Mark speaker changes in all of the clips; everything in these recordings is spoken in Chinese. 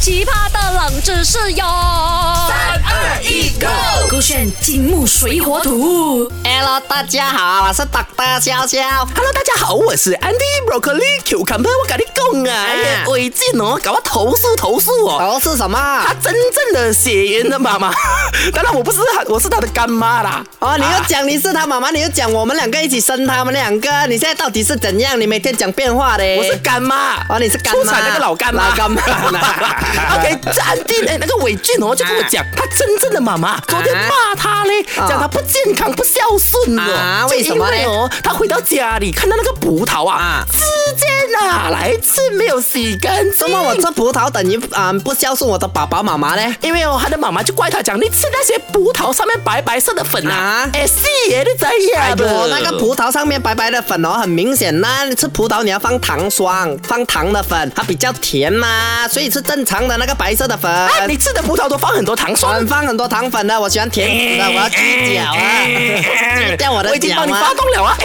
Speaker 1: 奇葩的冷知识哟！三
Speaker 2: 二一，Go！
Speaker 1: 勾选金木水火土。
Speaker 3: Hello，大家好，我是 Dr. 潇潇。
Speaker 2: Hello，大家好，我是 Andy Broccoli Cucumber，我跟你讲啊，
Speaker 3: 啊
Speaker 2: 哎呀，最近哦，搞我投诉投诉哦，
Speaker 3: 头是什么
Speaker 2: 他？真正的血缘的妈 妈，当然我不是他，我是他的干妈啦。
Speaker 3: 哦，你又
Speaker 2: 啊
Speaker 3: 讲你是他妈妈，你又讲我们两个一起生他们两个，你现在到底是怎样？你每天讲变化嘞？
Speaker 2: 我是干妈
Speaker 3: 哦你是干妈
Speaker 2: 出产那个老干妈，
Speaker 3: 老 干妈
Speaker 2: OK，这安定哎，那个伟俊哦，就跟我讲，他真正的妈妈昨天
Speaker 3: 啊
Speaker 2: 骂他嘞，
Speaker 3: 啊
Speaker 2: 讲他不健康、不孝顺
Speaker 3: 啊
Speaker 2: 哦，
Speaker 3: 为什么
Speaker 2: 就因
Speaker 3: 呢
Speaker 2: 哦，他回到家里看到那个葡萄啊
Speaker 3: 啊，
Speaker 2: 直接拿来吃，没有洗干净。
Speaker 3: 怎么我吃葡萄等于啊、不孝顺我的爸爸妈妈嘞？
Speaker 2: 因为哦，他的妈妈就怪他讲，你吃那些葡萄上面白白色的粉啊
Speaker 3: 啊，
Speaker 2: 哎、是耶，你怎
Speaker 3: 哎
Speaker 2: 样的？
Speaker 3: 呦，那个葡萄上面白白的粉哦，很明显呐、你吃葡萄你要放糖霜，放糖的粉，它比较甜嘛，所以是正常的那个白色的粉。
Speaker 2: 啊，你吃的葡萄都放很多糖霜
Speaker 3: 很。放很多糖粉啊的，我喜欢甜食的，我要去角啊，去掉我的
Speaker 2: 我已经
Speaker 3: 角
Speaker 2: 帮你
Speaker 3: 啊
Speaker 2: 发。动 了啊！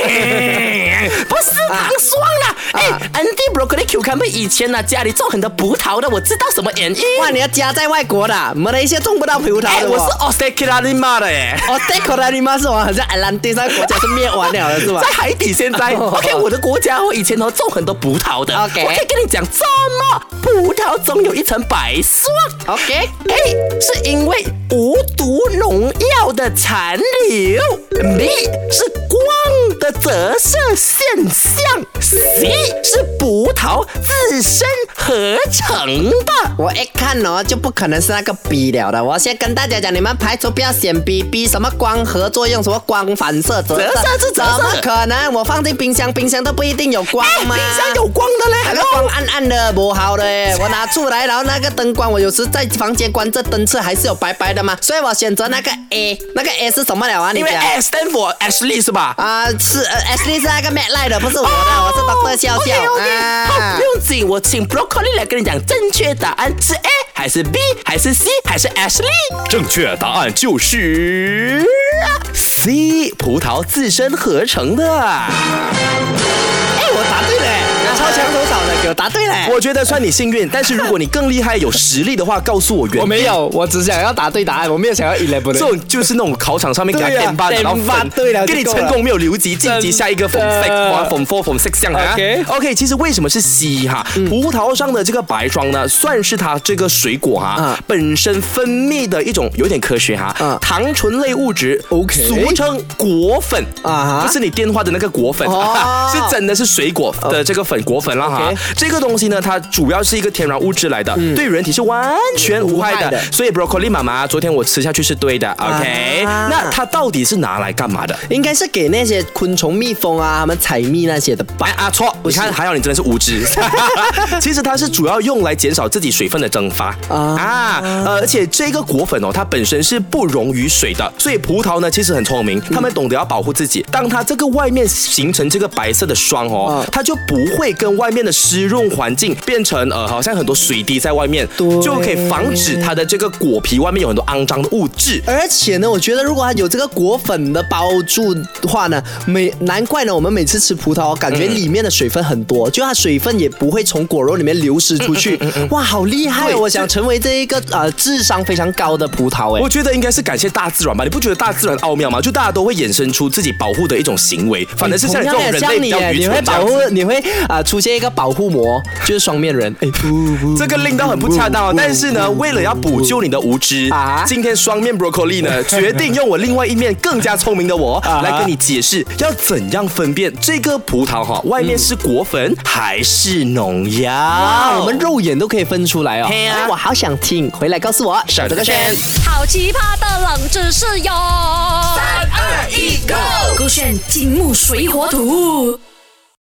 Speaker 2: 不是糖霜啦，哎
Speaker 3: 啊
Speaker 2: ，Andy Broccoli Cucumber 以前呢、家里种很多葡萄的，我知道什么原因。
Speaker 3: 哇，你的家在外国的，啊马来西亚种不到葡萄
Speaker 2: 哎，
Speaker 3: 的哦。
Speaker 2: 我是 o s t r a l i a n 的哎。
Speaker 3: 哦，对口的你妈是我好像 Atlantic 那个国家是灭完了的是 吧
Speaker 2: 在？海底现在，OK，我的国家我以前哦种很多葡萄的
Speaker 3: OK
Speaker 2: 我可以跟你讲，怎么葡萄总有一层白霜
Speaker 3: OK
Speaker 2: 哎，是因为无毒农药的残留；B 是光的折射现象；C 是葡萄自身合成的。
Speaker 3: 我一看哦，就不可能是那个 B 了的。我先跟大家讲，你们排除不要选 B，B 什么光合作用，什么光反射
Speaker 2: 折
Speaker 3: 折
Speaker 2: 射是折射
Speaker 3: 怎么可能？我放进冰箱，冰箱都不一定有光
Speaker 2: 哎，
Speaker 3: 嘛。
Speaker 2: 冰箱有光的嘞，
Speaker 3: 那
Speaker 2: 还
Speaker 3: 个光暗暗的，不好的。我拿出来，然后那个灯光，我有时在房间关这灯是还是有白白的嘛，所以我选择那个 A，那个 A 是什么了啊？你
Speaker 2: 因为
Speaker 3: 讲
Speaker 2: S stand for Ashley 是吧？
Speaker 3: 啊、是呃 Ashley 是那个 Mad Light 的，不是我的，
Speaker 2: 哦
Speaker 3: 我是 Doctor 笑笑
Speaker 2: OK，OK，好
Speaker 3: 啊
Speaker 2: 不。用紧，我请 Broccoli 来跟你讲正确答案是 A 还是 B 还是 C 还是 Ashley。
Speaker 4: 正确答案就是
Speaker 2: C 葡萄自身合成的。
Speaker 3: 哎、我答对了，超强手扫的，给我答对了。
Speaker 2: 我觉得算你幸运，但是如果你更厉害、有实力的话，告诉我原因。
Speaker 3: 我没有，我只想要答对答案，我没有想要 eleven
Speaker 2: 这种就是那种考场上面给他
Speaker 3: 对啊
Speaker 2: 点八拿到
Speaker 3: 点八
Speaker 2: 分，
Speaker 3: 对了
Speaker 2: 跟你
Speaker 3: 就够了
Speaker 2: 成功没有留级晋级下一个 form
Speaker 3: 真的
Speaker 2: six 哇 form four form six 这样啊
Speaker 3: OK 嗯
Speaker 2: OK，其实为什么是 C 哈？葡萄上的这个白霜呢，算是它这个水果哈
Speaker 3: 啊
Speaker 2: 本身分泌的一种有点科学哈
Speaker 3: 啊
Speaker 2: 糖醇类物质
Speaker 3: OK
Speaker 2: 俗称果粉
Speaker 3: 啊哈
Speaker 2: 不是你电话的那个果粉，
Speaker 3: 哦
Speaker 2: 是真的是水果的这个粉果粉啦哈
Speaker 3: OK。嗯
Speaker 2: 这个东西呢，它主要是一个天然物质来的，对人体是完全无害
Speaker 3: 无害
Speaker 2: 的
Speaker 3: 的。
Speaker 2: 所以 broccoli 妈妈昨天我吃下去是对的，OK？、
Speaker 3: 啊
Speaker 2: 那它到底是拿来干嘛的？
Speaker 3: 应该是给那些昆虫、蜜蜂啊，他们采蜜那些的吧
Speaker 2: 哎。啊错，你看还好你真的是无知。 其实它是主要用来减少自己水分的蒸发啊
Speaker 3: 啊
Speaker 2: 呃而且这个果粉哦，它本身是不溶于水的，所以葡萄呢其实很聪明，
Speaker 3: 嗯
Speaker 2: 它们懂得要保护自己。当它这个外面形成这个白色的霜哦，
Speaker 3: 啊
Speaker 2: 它就不会跟外面的湿润环境变成呃好像很多水滴在外面，
Speaker 3: 对
Speaker 2: 就可以防止它的这个果皮外面有很多肮脏的物质。
Speaker 3: 而且呢，我觉得如果它有这个果粉的包住的话呢，每难怪呢，我们每次吃葡萄，感觉里面的水分很多，就它水分也不会从果肉里面流失出去。哇，好厉害、
Speaker 2: 对
Speaker 3: 哦！我想成为这一个呃智商非常高的葡萄哎
Speaker 2: 我。觉得应该是感谢大自然吧，你不觉得大自然奥妙吗？就大家都会衍生出自己保护的一种行为，反而是像你这种
Speaker 3: 哎同样的
Speaker 2: 人类比较
Speaker 3: 像你耶
Speaker 2: 愚
Speaker 3: 你会
Speaker 2: 蠢这
Speaker 3: 保
Speaker 2: 样
Speaker 3: 护
Speaker 2: 子。，
Speaker 3: 你会啊、出现一个保护膜，就是双面人。哎，不不
Speaker 2: 这个令到很不恰当，哦。但是呢，为了要补救你的无知
Speaker 3: 嗯啊，
Speaker 2: 今天双面 broccoli 呢，决定用我另外一面更加聪明的我
Speaker 3: 啊
Speaker 2: 来跟你解释，要怎样分辨这个葡萄哈，外面是果粉还是农
Speaker 3: 啊，
Speaker 2: 药？
Speaker 3: 我们肉眼都可以分出来哦。
Speaker 2: 嘿啊
Speaker 3: 哎我好想听，回来告诉我。
Speaker 2: 小这个圈。
Speaker 1: 好奇葩的冷知识哟！三二一，Go！勾选金木水火土。